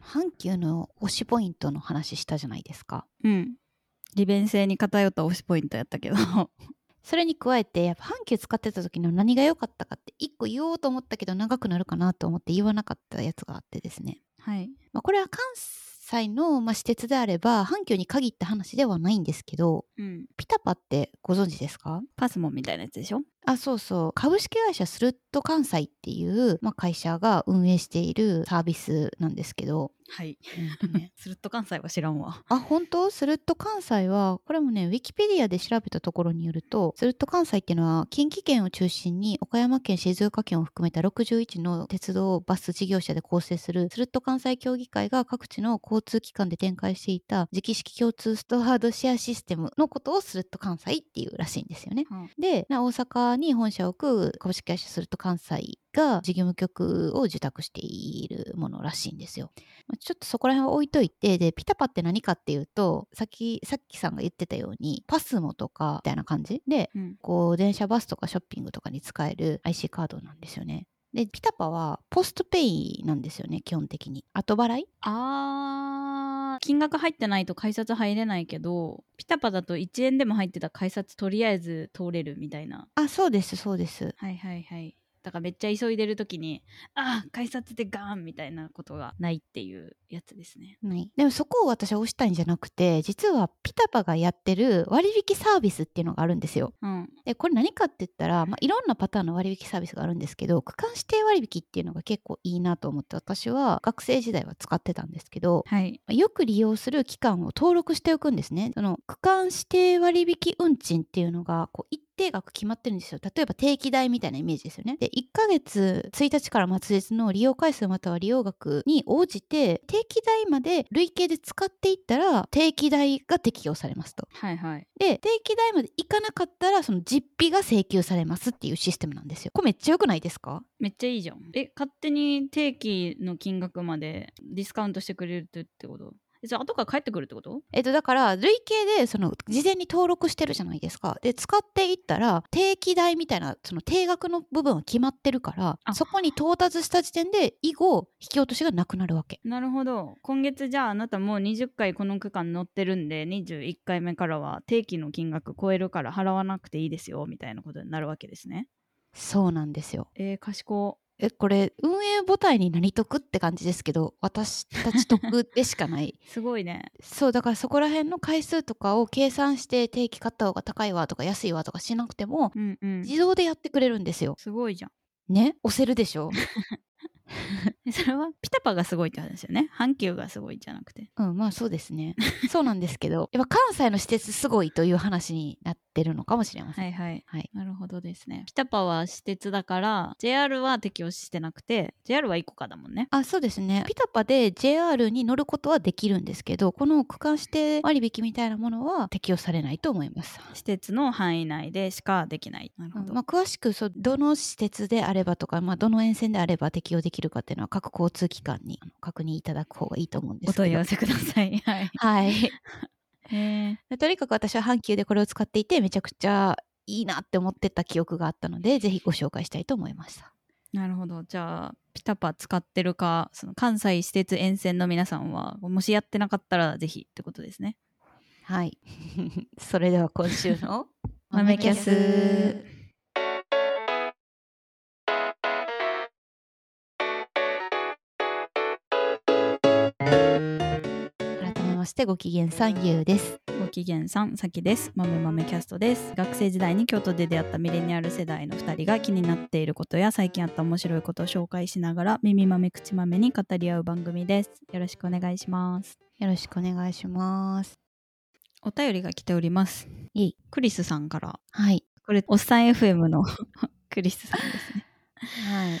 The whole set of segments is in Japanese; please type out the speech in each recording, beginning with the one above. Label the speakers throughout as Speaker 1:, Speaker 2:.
Speaker 1: 阪急の推しポイントの話したじゃないですか。
Speaker 2: うん。利便性に偏った推しポイントやったけど。
Speaker 1: それに加えてやっぱ阪急使ってた時の何が良かったかって一個言おうと思ったけど長くなるかなと思って言わなかったやつがあってですね、
Speaker 2: はい。
Speaker 1: まあ、これは関西の、まあ、私鉄であれば阪急に限った話ではないんですけど
Speaker 2: うん。
Speaker 1: ピタパってご存知ですか
Speaker 2: パスモンみたいなやつでしょ
Speaker 1: あそうそう株式会社スルット関西っていう、まあ、会社が運営しているサービスなんですけど、
Speaker 2: はい。
Speaker 1: うん とね
Speaker 2: スルッと関西は知らんわ。
Speaker 1: あ本当スルット関西はこれもねウィキペディアで調べたところによるとスルット関西っていうのは近畿圏を中心に岡山県静岡県を含めた61の鉄道バス事業者で構成するスルット関西協議会が各地の交通機関で展開していた磁気式共通ストアードシェアシステムのことをスルット関西っていうらしいんですよね。でな大阪に本社を置く株式会社スルット関西が事業務局を受託しているものらしいんですよ。まあちょっとそこら辺は置いといてでピタパって何かっていうとさっきさっきさんが言ってたようにパスモとかみたいな感じで
Speaker 2: うん。
Speaker 1: こう電車バスとかショッピングとかに使える IC カードなんですよね。でピタパはポストペイなんですよね基本的に後払い
Speaker 2: あー、金額入ってないと改札入れないけど、ピタパだと1円でも入ってた改札とりあえず通れるみたいな。
Speaker 1: あそうですそうです
Speaker 2: はいはいはい。だからめっちゃ急いでる時に、あー、改札でガーンみたいなことがないっていうやつですね。
Speaker 1: ないでもそこを私は押したいんじゃなくて実はピタパがやってる割引サービスっていうのがあるんですよ
Speaker 2: うん。
Speaker 1: でこれ何かって言ったら、まあ、いろんなパターンの割引サービスがあるんですけど区間指定割引っていうのが結構いいなと思って私は学生時代は使ってたんですけど
Speaker 2: はい。
Speaker 1: まあよく利用する期間を登録しておくんですねその区間指定割引運賃っていうのがこう一定額決まってるんですよ例えば定期代みたいなイメージですよねで1ヶ月1日から末日の利用回数または利用額に応じて定期代まで累計で使っていったら定期代が適用されますと
Speaker 2: はいはい。
Speaker 1: で定期代まで行かなかったらその実費が請求されますっていうシステムなんですよ。これめっちゃ良くないですか
Speaker 2: めっちゃいいじゃん。え、勝手に定期の金額までディスカウントしてくれるってことえじゃあ後から帰ってくるってこと
Speaker 1: えっとだから累計でその事前に登録してるじゃないですか。で使っていったら定期代みたいなその定額の部分は決まってるか
Speaker 2: あ
Speaker 1: らそこに到達した時点で以後引き落としがなくなるわけ。
Speaker 2: なるほど。今月じゃああなたもう20回この区間乗ってるんで、21回目からは定期の金額超えるから払わなくていいですよ、みたいなことになるわけですね。
Speaker 1: そうなんですよ。
Speaker 2: えー、賢。
Speaker 1: えこれ運営母体に何得って感じですけど私たち得でしかない
Speaker 2: すごいね。
Speaker 1: そうだからそこら辺の回数とかを計算して定期買った方が高いわとか安いわとかしなくても
Speaker 2: うんうん。
Speaker 1: 自動でやってくれるんですよ。
Speaker 2: すごいじゃん。
Speaker 1: ね押せるでし ょ
Speaker 2: えそれはピタパがすごいって話よね。阪急がすごいじゃなくて。
Speaker 1: うんまあそうですね。そうなんですけ どやっぱ関西の施設すごいという話になってるのかもしれません。
Speaker 2: はいはい。
Speaker 1: はい
Speaker 2: なるほどですね。ピタパは私鉄だから、JR は適用してなくて、JR は1個かだもんね。
Speaker 1: あそうですねピタパで JR に乗ることはできるんですけどこの区間指定割引みたいなものは適用されないと思います。
Speaker 2: 施設の範囲内でしかできない。なる
Speaker 1: う
Speaker 2: ほ
Speaker 1: ん
Speaker 2: ど。
Speaker 1: まあ、詳しくそうどの施設であればとか、まあ、どの沿線であれば適用できるかっていうのは各交通機関にあの確認いただく方がいいと思うんで
Speaker 2: お
Speaker 1: すけど
Speaker 2: 問い合わせください。はい。
Speaker 1: はい
Speaker 2: へえ。
Speaker 1: とにかく私は阪急でこれを使っていてめちゃくちゃいいなって思ってた記憶があったのでぜひご紹介したいと思いました
Speaker 2: なるほど。じゃあ、ピタパ使ってるか、その関西私鉄沿線の皆さんは、もしやってなかったらぜひってことですね。
Speaker 1: はい それでは今週の
Speaker 2: 豆キャス
Speaker 1: 改めましてご機嫌さんゆうです
Speaker 2: ご機嫌さん、さきです。まめまめキャストです。学生時代に京都で出会ったミレニアル世代の2人が気になっていることや最近あった面白いことを紹介しながら耳まめ口まめに語り合う番組です。よろしくお願いします。
Speaker 1: よろしくお願いします
Speaker 2: お便りが来ております。
Speaker 1: いい
Speaker 2: クリスさんから。
Speaker 1: はい
Speaker 2: これ、おっさん FM の クリスさんですね。
Speaker 1: はい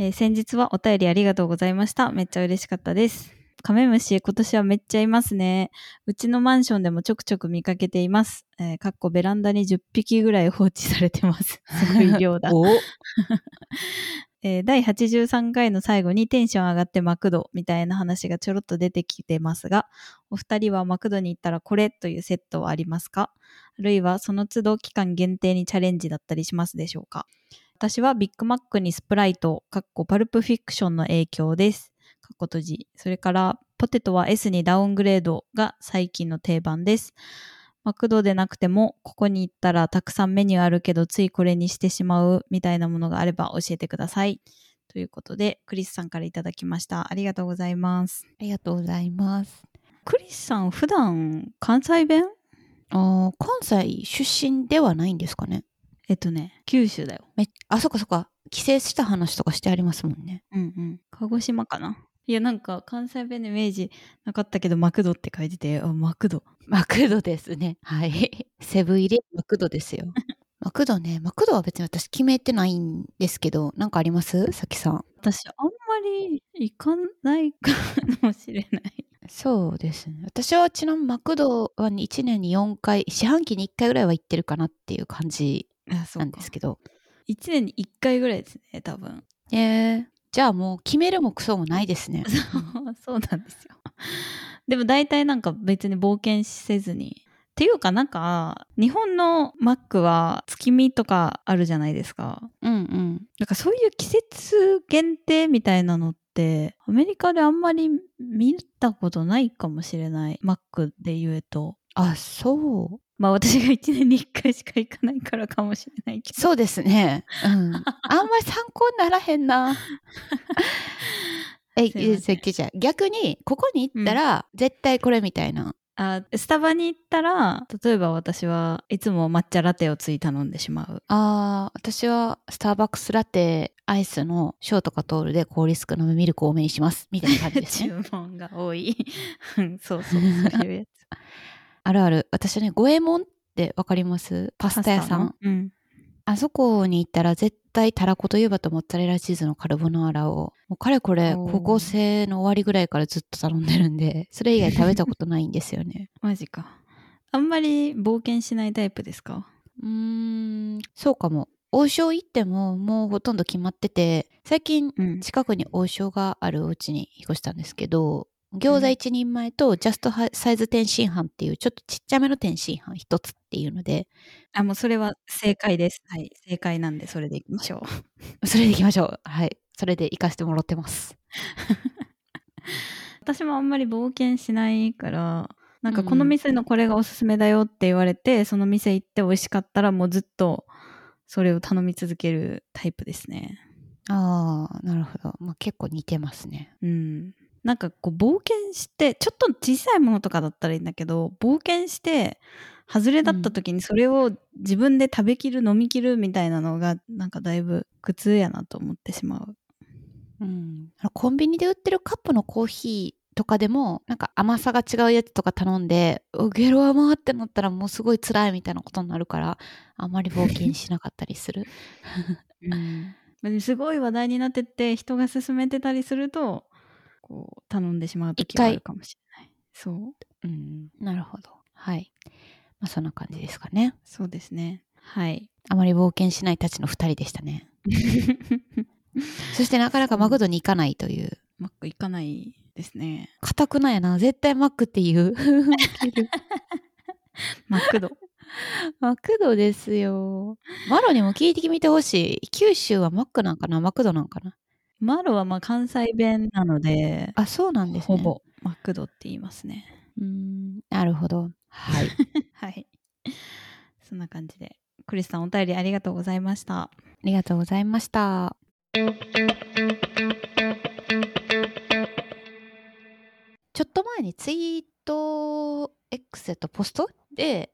Speaker 2: えー先日はお便りありがとうございました。めっちゃ嬉しかったです。カメムシ、今年はめっちゃいますね。うちのマンションでもちょくちょく見かけています。えーかっこベランダに10匹ぐらい放置されてます。すごい量だ。
Speaker 1: お
Speaker 2: えー第83回の最後にテンション上がってマクドみたいな話がちょろっと出てきてますが、お二人はマクドに行ったらこれというセットはありますかあるいはその都度期間限定にチャレンジだったりしますでしょうか私はビッグマックにスプライト、かっこパルプフィクションの影響です。かことじ。それから、ポテトは S にダウングレードが最近の定番です。マクドでなくても、ここに行ったらたくさんメニューあるけど、ついこれにしてしまうみたいなものがあれば教えてください。ということで、クリスさんからいただきました。ありがとうございます。
Speaker 1: りがとうございます。
Speaker 2: クリスさん、普段、関西弁
Speaker 1: あー関西出身ではないんですかね。
Speaker 2: えっとね、九州だよ。
Speaker 1: めあ、そっかそっか。帰省した話とかしてありますもんね。
Speaker 2: うんうん。鹿児島かな。いや、なんか、関西弁のイメージなかったけど、マクドって書いてて、あ、マクド。
Speaker 1: マクドですね。はい。 セブン入りマクドですよ。 マクドね。マクドは別に私決めてないんですけど、なんかありますさきさん。
Speaker 2: 私、あんまり行かないかもしれない。
Speaker 1: そうですね。私はちなみにマクドは1年に4回、四半期に1回ぐらいは行ってるかなっていう感じ
Speaker 2: あ、そ
Speaker 1: なんですけど。
Speaker 2: 1年に1回ぐらいですね、多分。
Speaker 1: えー、じゃあもう決めるもクソもないですね。
Speaker 2: そうなん ですよ。でも大体なんか別に冒険せずに。っていうかなんか、日本のマックは月見とかあるじゃないですか。
Speaker 1: うんうん。
Speaker 2: なんかそういう季節限定みたいなのってアメリカであんまり見たことないかもしれないマックで言うと
Speaker 1: あ、そう。
Speaker 2: まあ私が1年に1回しか行かないからかもしれないけど
Speaker 1: そうですね。うん。あんまり参考にならへん な。え、
Speaker 2: すいません
Speaker 1: じゃあ逆に、ここに行ったら、絶対これみたいな。
Speaker 2: あスタバに行ったら例えば私はいつも抹茶ラテをつい頼んでしまう
Speaker 1: ああ、私は、スターバックスラテ、アイスのショートかトールで氷少なめミルク多めにします。みたいな感じ ですね。
Speaker 2: 注文が多い うんそうそうそう いうやつ
Speaker 1: あるある。私ね、五右衛門ってわかりますパスタ屋さん。
Speaker 2: パスタのうん
Speaker 1: あそこに行ったら絶対たらこといえばとモッツァレラチーズのカルボナーラを、もうかれこれ
Speaker 2: おー
Speaker 1: 高校生の終わりぐらいからずっと頼んでるんで、 それ以外食べたことないんですよね。
Speaker 2: マジかあんまり冒険しないタイプですか
Speaker 1: うーん、そうかも。王将行ってももうほとんど決まってて、最近
Speaker 2: うん
Speaker 1: 近くに王将があるお家に引っ越したんですけど、餃子一人前とジャストハサイズ天津飯っていうちょっとちっちゃめの天津飯一つっていうので、
Speaker 2: あ、もうそれは正解です。はい、正解なんで、それでいきましょう。
Speaker 1: それで行きましょう。はい。それで行かせてもらってます。
Speaker 2: 私もあんまり冒険しないから、なんか
Speaker 1: うん
Speaker 2: この店のこれがおすすめだよって言われて、その店行って美味しかったら、もうずっとそれを頼み続けるタイプですね。
Speaker 1: ああ、なるほど。まあ、結構似てますね。
Speaker 2: うん。なんかこう冒険して、ちょっと小さいものとかだったらいいんだけど、冒険して、外れだった時にそれを自分で食べきる、飲みきるみたいなのが、なんかだいぶ苦痛やなと思ってしまう。
Speaker 1: うん。あのコンビニで売ってるカップのコーヒーとかでも、なんか甘さが違うやつとか頼んで、うゲロ甘ってなったらもうすごい辛いみたいなことになるから、あんまり冒険しなかったりす る。
Speaker 2: うん、すごい話題になってって人が勧めてたりするとこう頼んでしまう時
Speaker 1: 一
Speaker 2: が
Speaker 1: 回
Speaker 2: あるかもしれないそう
Speaker 1: うん。なるほど。はい。まあ、そんな感じですかね。
Speaker 2: そうですねはい
Speaker 1: あまり冒険しないたちの二人でしたね。そしてなかなかマクドに行かないという。
Speaker 2: マック行かないですね
Speaker 1: かたくなやな。絶対マックって言う。
Speaker 2: マクド
Speaker 1: マクドですよ。マロにも聞いてみてほしい。九州はマックなんかなマクドなんかな
Speaker 2: マロはまあ関西弁なので
Speaker 1: あ、そうなんですね。
Speaker 2: ほ。ぼマクドって言います ね
Speaker 1: うーん、なるほど。はい。 あ
Speaker 2: はいそんな感じでクリスさんお便りありがとうございました
Speaker 1: りがとうございました。ちょっと前にツイート X えっとポストで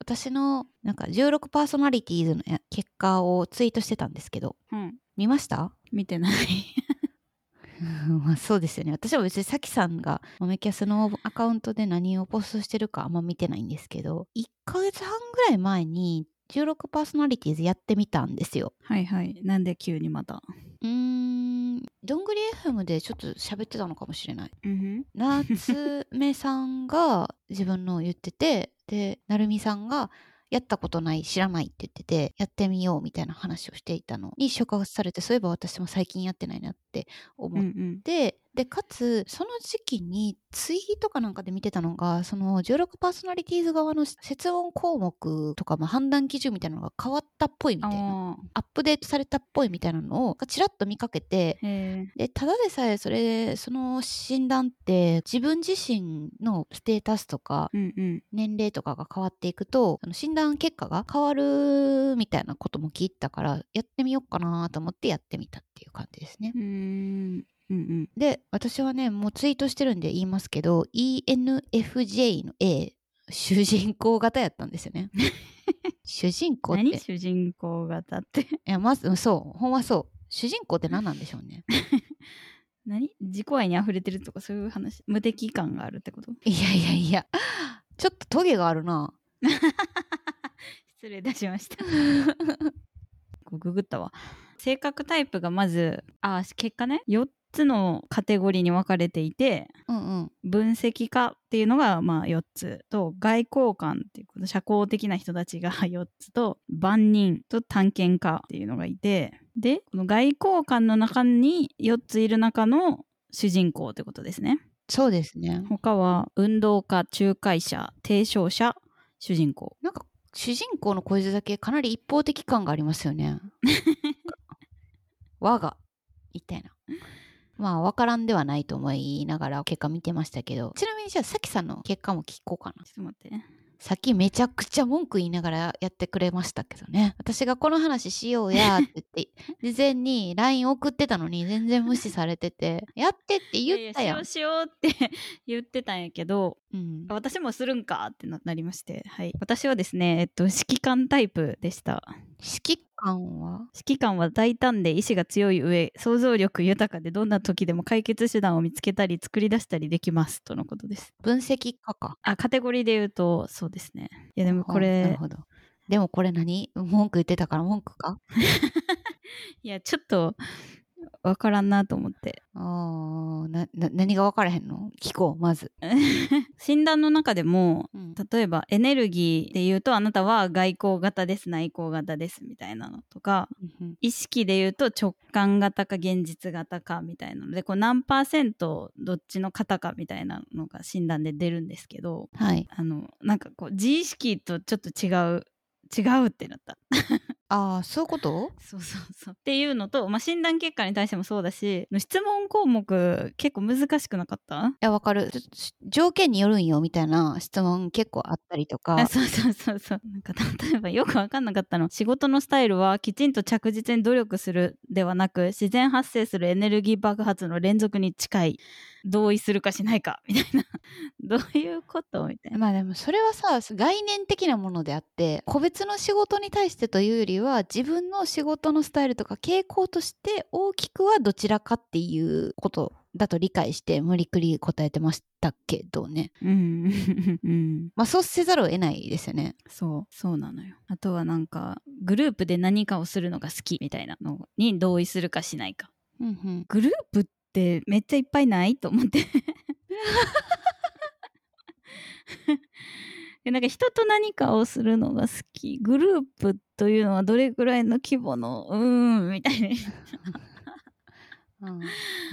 Speaker 1: 私のなんか16パーソナリティーズのえ結果をツイートしてたんですけど
Speaker 2: うん
Speaker 1: 見ました
Speaker 2: 見てない
Speaker 1: うん まあそうですよね私は別にさきさんがマメキャスのアカウントで何をポストしてるかあんま見てないんですけど1ヶ月半ぐらい前に16パーソナリティーズやってみたんですよ。
Speaker 2: はいはいなんで急にまた
Speaker 1: うーんどんぐり FM でちょっと喋ってたのかもしれない。
Speaker 2: うん
Speaker 1: 夏目さんが自分の言っててで成美さんがやったことない知らないって言っててやってみようみたいな話をしていたのに触発されてそういえば私も最近やってないなって
Speaker 2: うんう
Speaker 1: 思っ
Speaker 2: ん
Speaker 1: ででかつその時期にツイートかなんかで見てたのがその16パーソナリティーズ側の設音項目とか、まあ、判断基準みたいなのが変わったっぽいみたいな
Speaker 2: あ
Speaker 1: アップデートされたっぽいみたいなのをちらっと見かけて
Speaker 2: ーへ
Speaker 1: でただでさえそれその診断って自分自身のステータスとか
Speaker 2: えうんうん
Speaker 1: 年齢とかが変わっていくとあの診断結果が変わるみたいなことも聞いたからやってみようかなと思ってやってみたっていう感じですね
Speaker 2: う。ーんうんうん
Speaker 1: で私はねもうツイートしてるんで言いますけど ENFJ の A 主人公型やったんですよね。主人公って
Speaker 2: 何
Speaker 1: い
Speaker 2: 主人公型って
Speaker 1: やまずうんそうほんまそう主人公って何なんでしょうね。
Speaker 2: 何自己愛に溢れてるとかそういう話無敵感があるってこと
Speaker 1: いやいやいやちょっとトゲがあるな。
Speaker 2: 失礼いたしました こうググったわ性格タイプがまずあ結果ね4つのカテゴリーに分かれていて
Speaker 1: うんうん
Speaker 2: 分析家っていうのがまあ4つと外交官っていうこの社交的な人たちが 4つと万人と探検家っていうのがいてでこの外交官の中に4ついる中の主人公ってことですね
Speaker 1: そうですね。
Speaker 2: 他は運動家仲介者提唱者主人公
Speaker 1: なんか主人公の小泉だけかなり一方的感がありますよ ね。我がみたいな。まあ分からんではないと思いながら結果見てましたけどちなみにじゃあさきさんの結果も聞こうかな
Speaker 2: ちょっと待って
Speaker 1: さっきめちゃくちゃ文句言いながらやってくれましたけどね私がこの話しようやって言って 事前に LINE 送ってたのに全然無視されててやってって言った
Speaker 2: いやい
Speaker 1: やん
Speaker 2: やしようしようって 言ってたんやけど
Speaker 1: うん
Speaker 2: 私もするんかってななりまして、はい、私はですね、えっと、指揮官タイプでした
Speaker 1: 指揮官は
Speaker 2: 指揮官は大胆で意志が強い上想像力豊かでどんな時でも解決手段を見つけたり作り出したりできますとのことです
Speaker 1: 分析家か
Speaker 2: あカテゴリーで言うとそうですねいやでもこ
Speaker 1: なる
Speaker 2: れ
Speaker 1: ほどでもこれ何文句言ってたから文句か
Speaker 2: いやちょっとわからんなと思って
Speaker 1: あーなな何が分からへんの聞こうまず、
Speaker 2: 診断の中でも
Speaker 1: うん
Speaker 2: 例えばエネルギーで言うとあなたは外交型です内向型ですみたいなのとか
Speaker 1: うん
Speaker 2: 意識で言うと直感型か現実型かみたいなのでこう何パーセントどっちの型かみたいなのが診断で出るんですけど
Speaker 1: はい
Speaker 2: あのなんかこう自意識とちょっと違う違うってなった
Speaker 1: ああそういうこと
Speaker 2: そうそうそうっていうのと、まあ、診断結果に対してもそうだし質問項目結構難しくなかった
Speaker 1: いやわかるちょっとし条件によるんよみたいな質問結構あったりとか
Speaker 2: あ そうそうそうそうなんか例えばよく分かんなかったの仕事のスタイルはきちんと着実に努力するではなく自然発生するエネルギー爆発の連続に近い同意するかしないかみたいな どういうことみたいな
Speaker 1: まあでもそれはさ概念的なものであって個別の仕事に対してというよりは自分の仕事のスタイルとか傾向として大きくはどちらかっていうことだと理解して無理くり答えてましたけどね
Speaker 2: うんうん
Speaker 1: まあそうせざるを得ないですよね
Speaker 2: そうそうなのよあとはなんかグループで何かをするのが好きみたいなのに同意するかしないか
Speaker 1: うんうん
Speaker 2: グループってめっちゃいっぱいないと思って でなんか人と何かをするのが好きグループというのはどれぐらいの規模のうーんみたいな
Speaker 1: うんわ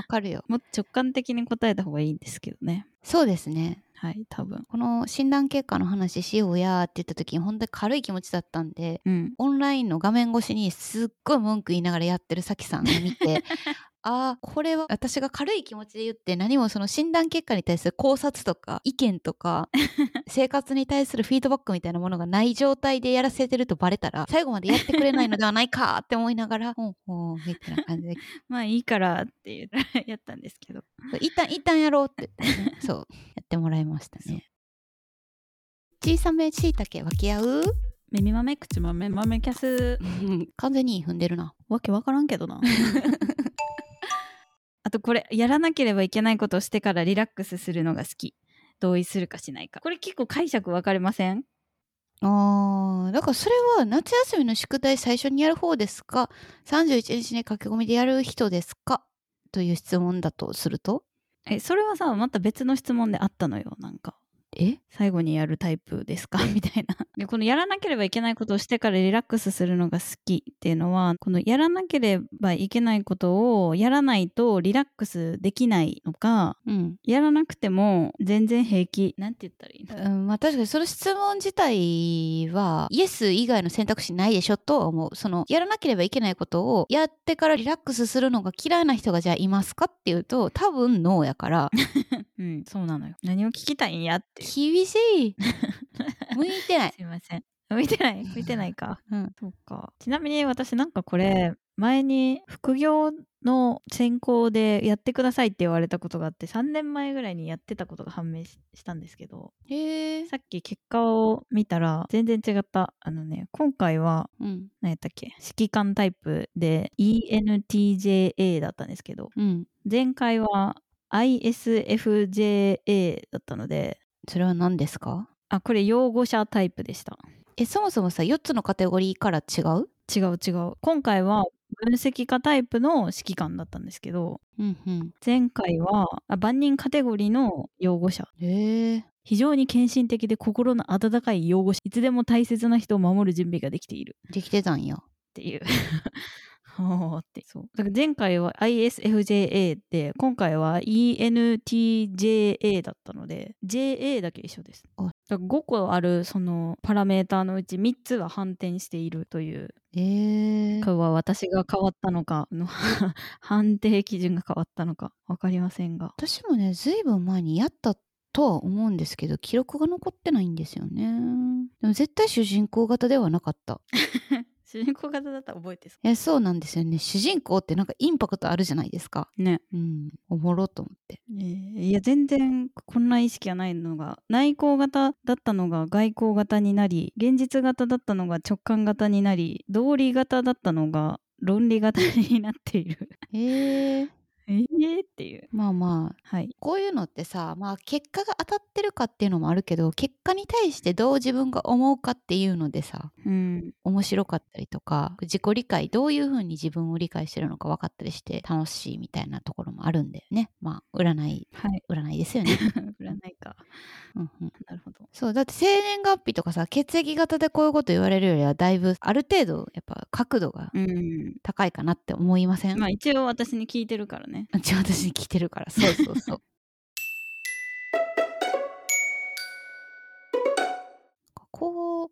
Speaker 1: かるよ
Speaker 2: もっと直感的に答えた方がいいんですけどね
Speaker 1: そうですね
Speaker 2: はい多分
Speaker 1: この診断結果の話しようやーって言った時に本当に軽い気持ちだったんで
Speaker 2: うん
Speaker 1: オンラインの画面越しにすっごい文句言いながらやってるさきさんを見 てああこれは私が軽い気持ちで言って何もその診断結果に対する考察とか意見とか 生活に対するフィードバックみたいなものがない状態でやらせてるとバレたら最後までやってくれないのではないかって思いながらほんほんみたいな感じで
Speaker 2: まあいいからって言ったらやったんですけど
Speaker 1: 一旦一旦やろうって 言ってね、そうやってもらいましたね小さめしいたけ分け合う
Speaker 2: 耳豆口豆豆キャス
Speaker 1: 完全に踏んでるな
Speaker 2: わけわからんけどな あとこれやらなければいけないことをしてからリラックスするのが好き同意するかしないかこれ結構解釈分かれません
Speaker 1: あーだからそれは夏休みの宿題最初にやる方ですか31日に駆け込みでやる人ですかという質問だとすると
Speaker 2: えそれはさまた別の質問であったのよなんか
Speaker 1: え
Speaker 2: 最後にやるタイプですかみたいなでこのやらなければいけないことをしてからリラックスするのが好きっていうのはこのやらなければいけないことをやらないとリラックスできないのか
Speaker 1: うん、
Speaker 2: やらなくても全然平気なんて言ったらいいの
Speaker 1: うんまあ、確かにその質問自体はイエス以外の選択肢ないでしょとは思うそのやらなければいけないことをやってからリラックスするのが嫌いな人がじゃあいますかっていうと多分ノーやから
Speaker 2: うんそうなのよ何を聞きたいんやっていう
Speaker 1: 厳しい向いて ない
Speaker 2: すいません見てない見てないか
Speaker 1: うん
Speaker 2: そうかちなみに私なんかこれ前に副業の専攻でやってくださいって言われたことがあって3年前ぐらいにやってたことが判明ししたんですけど
Speaker 1: へえ
Speaker 2: さっき結果を見たら全然違ったあのね今回は
Speaker 1: うん
Speaker 2: 何やったっけ指揮官タイプで ENTJA だったんですけど
Speaker 1: うん
Speaker 2: 前回は ISFJA だったので
Speaker 1: それは何ですか
Speaker 2: あこれ擁護者タイプでした
Speaker 1: えそもそもさ4つのカテゴリーから違う
Speaker 2: 違う違う今回は分析家タイプの指揮官だったんですけど
Speaker 1: うんうん
Speaker 2: 前回はあ万人カテゴリーの擁護者
Speaker 1: へえ
Speaker 2: 非常に献身的で心の温かい擁護者いつでも大切な人を守る準備ができている
Speaker 1: できてたんや
Speaker 2: っていう ほーってそうだから前回は ISFJA で今回は ENTJA だったので JA だけ一緒です
Speaker 1: あ
Speaker 2: だから5個あるそのパラメーターのうち3つは反転しているという
Speaker 1: へえ
Speaker 2: かは私が変わったのかの 判定基準が変わったのか分かりませんが
Speaker 1: 私もねずいぶん前にやったとは思うんですけど記録が残ってないんですよねでも絶対主人公型ではなかった
Speaker 2: 主人公型だったら覚えてそ
Speaker 1: えそうなんですよね主人公ってなんかインパクトあるじゃないですか
Speaker 2: うね
Speaker 1: うんおもろと思って
Speaker 2: えーいや全然こんな意識がないのが内向型だったのが外向型になり現実型だったのが直感型になり道理型だったのが論理型になっている
Speaker 1: えー、
Speaker 2: えーっていう
Speaker 1: まあまあ
Speaker 2: はい
Speaker 1: こういうのってさまあ結果が当たってるかっていうのもあるけど結果に対してどう自分が思うかっていうのでさ
Speaker 2: うん
Speaker 1: 面白かったりとか自己理解どういうふうに自分を理解してるのか分かったりして楽しいみたいなところもあるんだよねまあ占い
Speaker 2: はい
Speaker 1: 占いですよね。
Speaker 2: 占いか
Speaker 1: うんうん、
Speaker 2: なるほど
Speaker 1: そうだって生年月日とかさ血液型でこういうこと言われるよりはだいぶある程度やっぱ角度が
Speaker 2: うん
Speaker 1: 高いかなって思いません、
Speaker 2: まあ一応私に聞いてるからね
Speaker 1: うち私に聞いてるからそうそうそう。 こう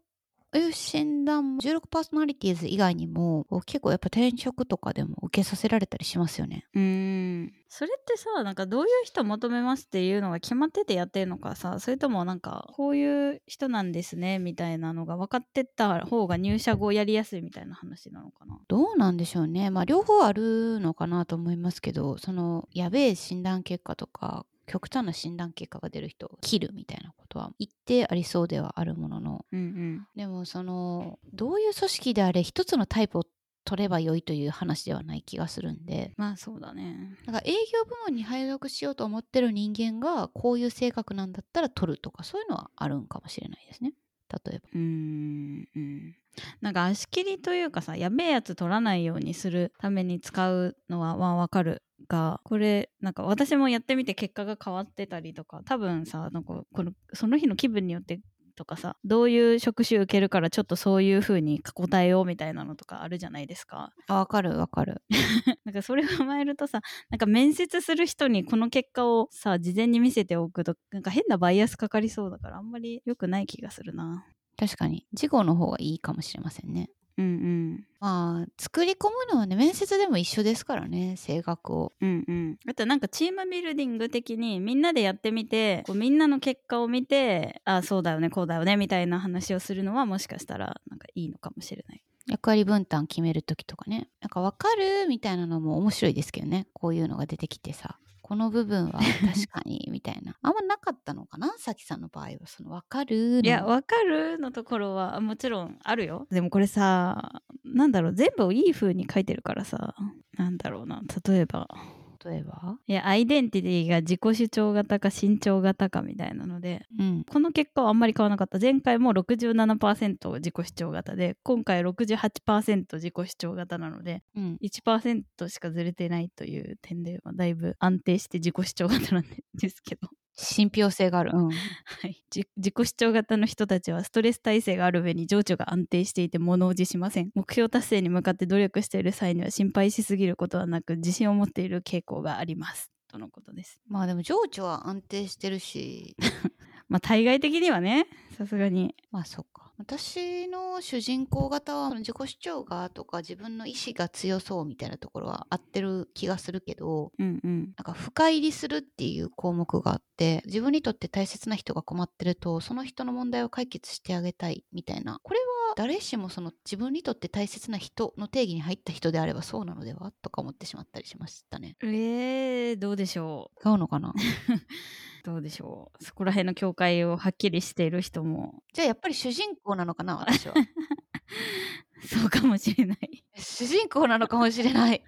Speaker 1: いう診断16パーソナリティーズ以外にもこう結構やっぱ転職とかでも受けさせられたりしますよね。
Speaker 2: うーんそれってさなんかどういう人求めますっていうのが決まっててやってるのかさそれともなんかこういう人なんですねみたいなのが分かってった方が入社後やりやすいみたいな話なのかな
Speaker 1: どうなんでしょうね。まあ両方あるのかなと思いますけど、そのやべえ診断結果とか極端な診断結果が出る人を切るみたいなことは一定ありそうではあるものの、
Speaker 2: うんうん
Speaker 1: でもそのどういう組織であれ一つのタイプを取れば良いという話ではない気がするんで、
Speaker 2: まあそうだね
Speaker 1: なんか営業部門に配属しようと思ってる人間がこういう性格なんだったら取るとかそういうのはあるんかもしれないですね。例えば。
Speaker 2: うーんうんなんか足切りというかさやべえやつ取らないようにするために使うのはまあわかるがこれなんか私もやってみて結果が変わってたりとか多分さなんかこのその日の気分によってとかさどういう職種受けるからちょっとそういう風に答えようみたいなのとかあるじゃないですか
Speaker 1: あ、わかるわかる。
Speaker 2: なんかそれを踏まえるとさなんか面接する人にこの結果をさ事前に見せておくとなんか変なバイアスかかりそうだからあんまり良くない気がするな
Speaker 1: 確かに。事故の方がいいかもしれませんね。
Speaker 2: うん
Speaker 1: まあ作り込むのはね面接でも一緒ですからね性格を
Speaker 2: うんうん、あとなんかチームビルディング的にみんなでやってみてこうみんなの結果を見てあそうだよねこうだよねみたいな話をするのはもしかしたらなんかいいのかもしれない。
Speaker 1: 役割分担決める時とかねなんか分かるみたいなのも面白いですけどねこういうのが出てきてさこの部分 は確かにみたいなあんまなかったのかなさきさんの場合はその分かるの
Speaker 2: いや「わかる?」のところはもちろんあるよ。でもこれさなんだろう全部をいい風に書いてるからさなんだろうな例えば
Speaker 1: 例えば
Speaker 2: いやアイデンティティが自己主張型か慎重型かみたいなので
Speaker 1: うん
Speaker 2: この結果はあんまり変わらなかった前回も67%自己主張型で今回68%自己主張型なので
Speaker 1: うん
Speaker 2: 1%しかずれてないという点ではだいぶ安定して自己主張型なんですけど
Speaker 1: 信憑性があるうん
Speaker 2: はいじ自己主張型の人たちはストレス耐性がある上に情緒が安定していて物おじしません目標達成に向かって努力している際には心配しすぎることはなく自信を持っている傾向がありますとのことです
Speaker 1: まあでも情緒は安定してるし
Speaker 2: まあ対外的にはねさすがに
Speaker 1: まあそうか私の主人公型は自己主張がとか自分の意志が強そうみたいなところは合ってる気がするけど
Speaker 2: うんうん
Speaker 1: なんか深入りするっていう項目があって自分にとって大切な人が困ってるとその人の問題を解決してあげたいみたいなこれは誰しもその自分にとって大切な人の定義に入った人であればそうなのではとか思ってしまったりしましたね
Speaker 2: えー、どうでしょ
Speaker 1: 違うの かな
Speaker 2: うどうでしょうそこら辺の境界をはっきりしている人も
Speaker 1: じゃあやっぱり主人公なのかな私は
Speaker 2: そうかもしれない
Speaker 1: 主人公なのかもしれない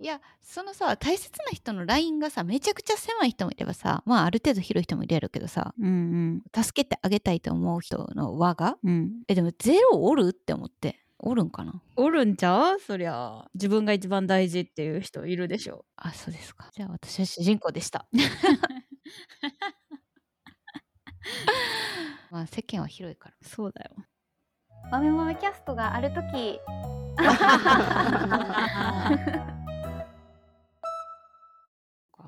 Speaker 1: いやそのさ大切な人のラインがさめちゃくちゃ狭い人もいればさまあある程度広い人もいるやろうけどさ
Speaker 2: うん
Speaker 1: 助けてあげたいと思う人の輪が
Speaker 2: うんうん
Speaker 1: えでもゼロおるって思っておるんかな
Speaker 2: おるんちゃうそりゃあ自分が一番大事っていう人いるでしょ
Speaker 1: あそうですかじゃあ私は主人公でしたまあ世間は広いから
Speaker 2: そうだよ
Speaker 3: マメマメキャストがあるとき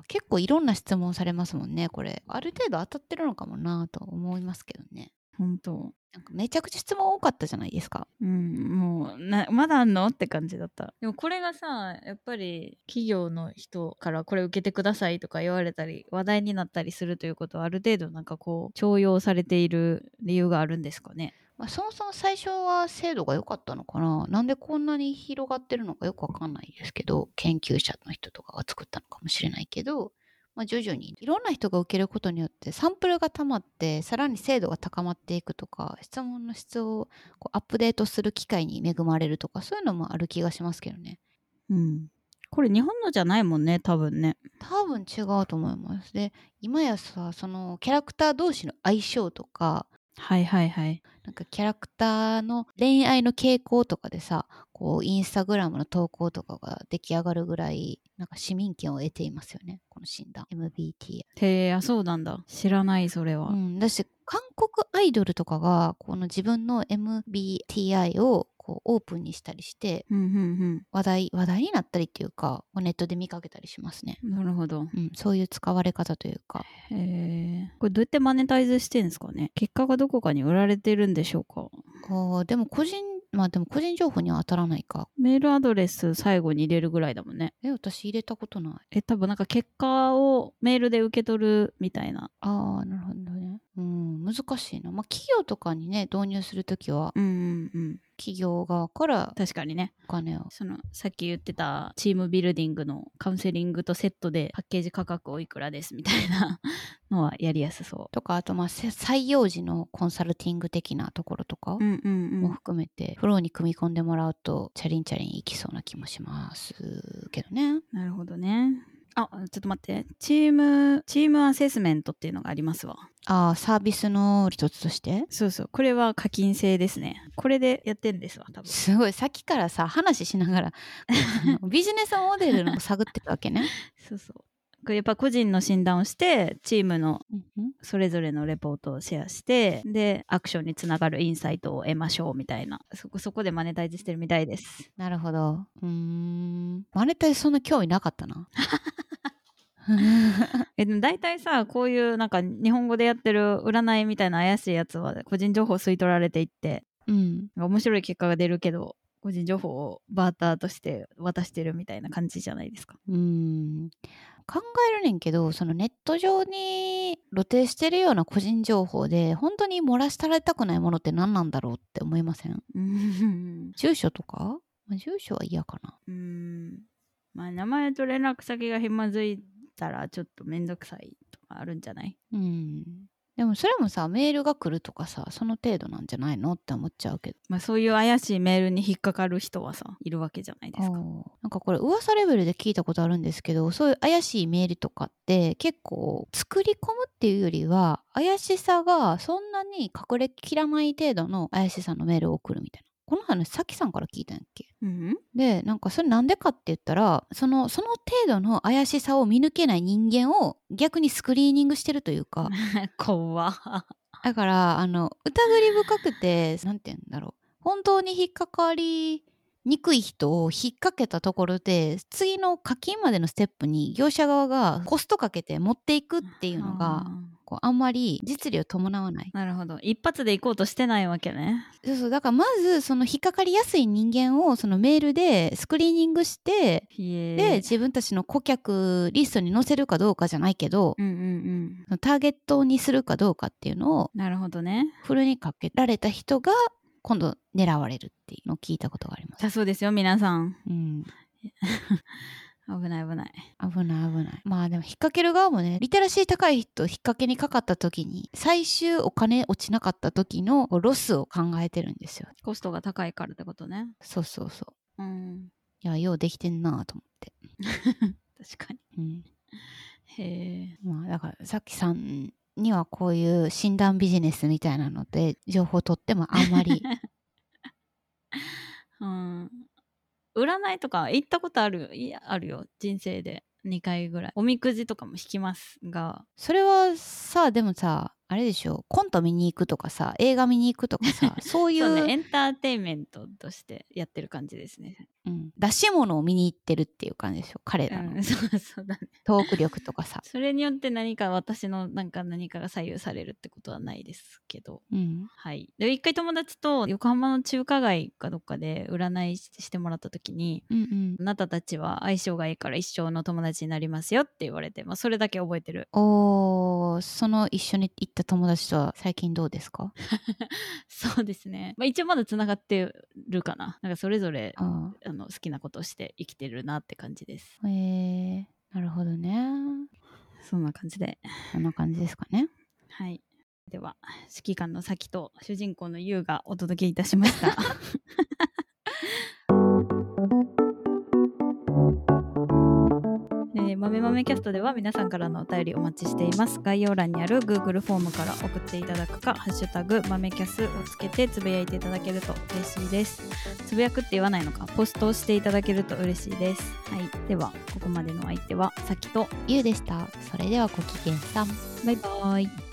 Speaker 1: 結構いろんな質問されますもんねこれある程度当たってるのかもなと思いますけどね
Speaker 2: 本当
Speaker 1: なんかめちゃくちゃ質問多かったじゃないですか
Speaker 2: うんもうなまだあんのって感じだったでもこれがさやっぱり企業の人からこれ受けてくださいとか言われたり話題になったりするということはある程度なんかこう重用されている理由があるんですかね
Speaker 1: まあ、そもそも最初は制度が良かったのかななんでこんなに広がってるのかよくわかんないですけど研究者の人とかが作ったのかもしれないけど、まあ、徐々にいろんな人が受けることによってサンプルが溜まってさらに精度が高まっていくとか質問の質をこうアップデートする機会に恵まれるとかそういうのもある気がしますけどね
Speaker 2: うんこれ日本のじゃないもんね多分ね
Speaker 1: 多分違うと思いますで今やさそのキャラクター同士の相性とか
Speaker 2: はいはいはい
Speaker 1: なんかキャラクターの恋愛の傾向とかでさこうインスタグラムの投稿とかが出来上がるぐらいなんか市民権を得ていますよねこの診断 MBTI。
Speaker 2: へえあそうなんだ知らないそれは、
Speaker 1: うん、だし韓国アイドルとかがこの自分の MBTI をこうオープンにしたりして
Speaker 2: うんうん
Speaker 1: 話題話題になったりっていうかこうネットで見かけたりしますね。
Speaker 2: うんなるほど
Speaker 1: うん、そういう使われ方というか
Speaker 2: へえこれどうやってマネタイズしてんですかね結果がどこかに売られてるんでしょうか
Speaker 1: あーでも個人まあでも個人情報には当たらないか
Speaker 2: メールアドレス最後に入れるぐらいだもんね
Speaker 1: え私入れたことない
Speaker 2: え多分なんか結果をメールで受け取るみたいな
Speaker 1: ああ、なるほどね。うん、難しいな。まあ、企業とかにね、導入するときは、
Speaker 2: うんうんうん
Speaker 1: 企業側から
Speaker 2: 確かにね
Speaker 1: お金を。
Speaker 2: そのさっき言ってたチームビルディングのカウンセリングとセットでパッケージ価格をいくらですみたいな のはやりやすそ
Speaker 1: とか、あと、まあ、せ採用時のコンサルティング的なところとか
Speaker 2: ううんうん
Speaker 1: も含めて、フローに組み込んでもらうと、チャリンチャリンいきそうな気もしますけどね。
Speaker 2: なるほどねあちょっと待ってチームチームアセスメントっていうのがありますわ
Speaker 1: ああ、サービスの一つとして
Speaker 2: そうそうこれは課金制ですねこれでやってんですわ多分
Speaker 1: すごい、さっきからさ、話しながら、あ のビジネスモデルの探ってたわけね。
Speaker 2: そうそうこれやっぱ個人の診断をしてチームの
Speaker 1: うんうん
Speaker 2: それぞれのレポートをシェアしてでアクションにつながるインサイトを得ましょうみたいなそこそこでマネタイズしてるみたいです
Speaker 1: なるほど。うーん。マネタイズそんな興味なかったな。
Speaker 2: えでも大体さこういうなんか日本語でやってる占いみたいな怪しいやつは個人情報吸い取られていって
Speaker 1: うん。
Speaker 2: なんか面白い結果が出るけど個人情報をバーターとして渡してるみたいな感じじゃないですか
Speaker 1: うーん考えるねんけどそのネット上に露呈してるような個人情報で本当に漏らしたれたくないものって何なんだろうって思いません
Speaker 2: うん
Speaker 1: 住所とか、まあ、住所は嫌かな
Speaker 2: うんまあ名前と連絡先がひまずいたらちょっとめんどくさいとかあるんじゃない
Speaker 1: うんでもそれもさメールが来るとかさその程度なんじゃないのって思っちゃうけど
Speaker 2: まあ、そういう怪しいメールに引っかかる人はさいるわけじゃないです
Speaker 1: あ
Speaker 2: か。
Speaker 1: ーなんかこれ噂レベルで聞いたことあるんですけどそういう怪しいメールとかって結構作り込むっていうよりは怪しさがそんなに隠れきらない程度の怪しさのメールを送るみたいなこの話さきさんから聞いたんやっけ
Speaker 2: うん。
Speaker 1: でなんかそれなんでかって言ったらそのその程度の怪しさを見抜けない人間を逆にスクリーニングしてるというか
Speaker 2: 怖っ。
Speaker 1: だからあの疑り深くてなんて言うんだろう本当に引っかかりにくい人を引っ掛けたところで次の課金までのステップに業者側がコストかけて持っていくっていうのが
Speaker 2: あ
Speaker 1: こうあんまり実利を伴わない
Speaker 2: ー。なるほど。一発で行こうとしてないわけね。
Speaker 1: そうそうだからまずその引っかかりやすい人間をそのメールでスクリーニングして
Speaker 2: ひえ
Speaker 1: で自分たちの顧客リストに載せるかどうかじゃないけど、
Speaker 2: うんうんうん。
Speaker 1: そのターゲットにするかどうかっていうのを
Speaker 2: なるほどね。
Speaker 1: フルにかけられた人が今度狙われるっていうのを聞いたことがあります。
Speaker 2: だそうですよ、皆さん。
Speaker 1: うん、
Speaker 2: 危ない危ない。
Speaker 1: 危ない危ないまあでも引っ掛ける側もねリテラシー高い人引っ掛けにかかった時に最終お金落ちなかった時のこうロスを考えてるんですよ
Speaker 2: コストが高いからってことね。
Speaker 1: そうそうそう
Speaker 2: うん。
Speaker 1: いやようできてんなと思って、
Speaker 2: 確かに。
Speaker 1: うん、
Speaker 2: へえ。
Speaker 1: まあだからさっきさんにはこういう診断ビジネスみたいなので情報取ってもあんま り
Speaker 2: うん。占いとか行ったことある、いや、あるよ。人生で。2回ぐらい。おみくじとかも引きますが。
Speaker 1: それはさでもさあれでしょコント見に行くとかさ映画見に行くとかさ そうい
Speaker 2: そう
Speaker 1: う
Speaker 2: ね、エンターテインメントとしてやってる感じですね。
Speaker 1: うん、出し物を見に行ってるっていう感じでしょ彼らの、
Speaker 2: うん、 そうそうだね。
Speaker 1: トーク力とかさ、
Speaker 2: それによって何か私のなんか何かが左右されるってことはないですけど。
Speaker 1: うん、
Speaker 2: はい。で、一回友達と横浜の中華街かどっかで占いしてもらった時に、
Speaker 1: うんうん
Speaker 2: あなたたちは相性がいいから一生の友達になりますよって言われて、まあ、それだけ覚えてる。
Speaker 1: おーその一緒に行った友達とは最近どうですか
Speaker 2: そうですね。まあ、一応まだつながってるかな。なんかそれぞれ、
Speaker 1: あ
Speaker 2: あの好きなことをして生きてるなって感じです。
Speaker 1: ーえー、なるほどね
Speaker 2: そんな感じで。
Speaker 1: こんな感じですかね
Speaker 2: はい。では、指揮官の先と主人公の優がお届けいたしました。えー、豆豆キャストでは皆さんからのお便りお待ちしています。概要欄にある Google フォームから送っていただくか、ハッシュタグ豆キャスをつけてつぶやいていただけると嬉しいです。つぶやくって言わないのか、ポストをしていただけると嬉しいです。はい。では、ここまでのお相手は、さきと、
Speaker 1: ゆうでしたそれではご機嫌さん
Speaker 2: バイバーイ。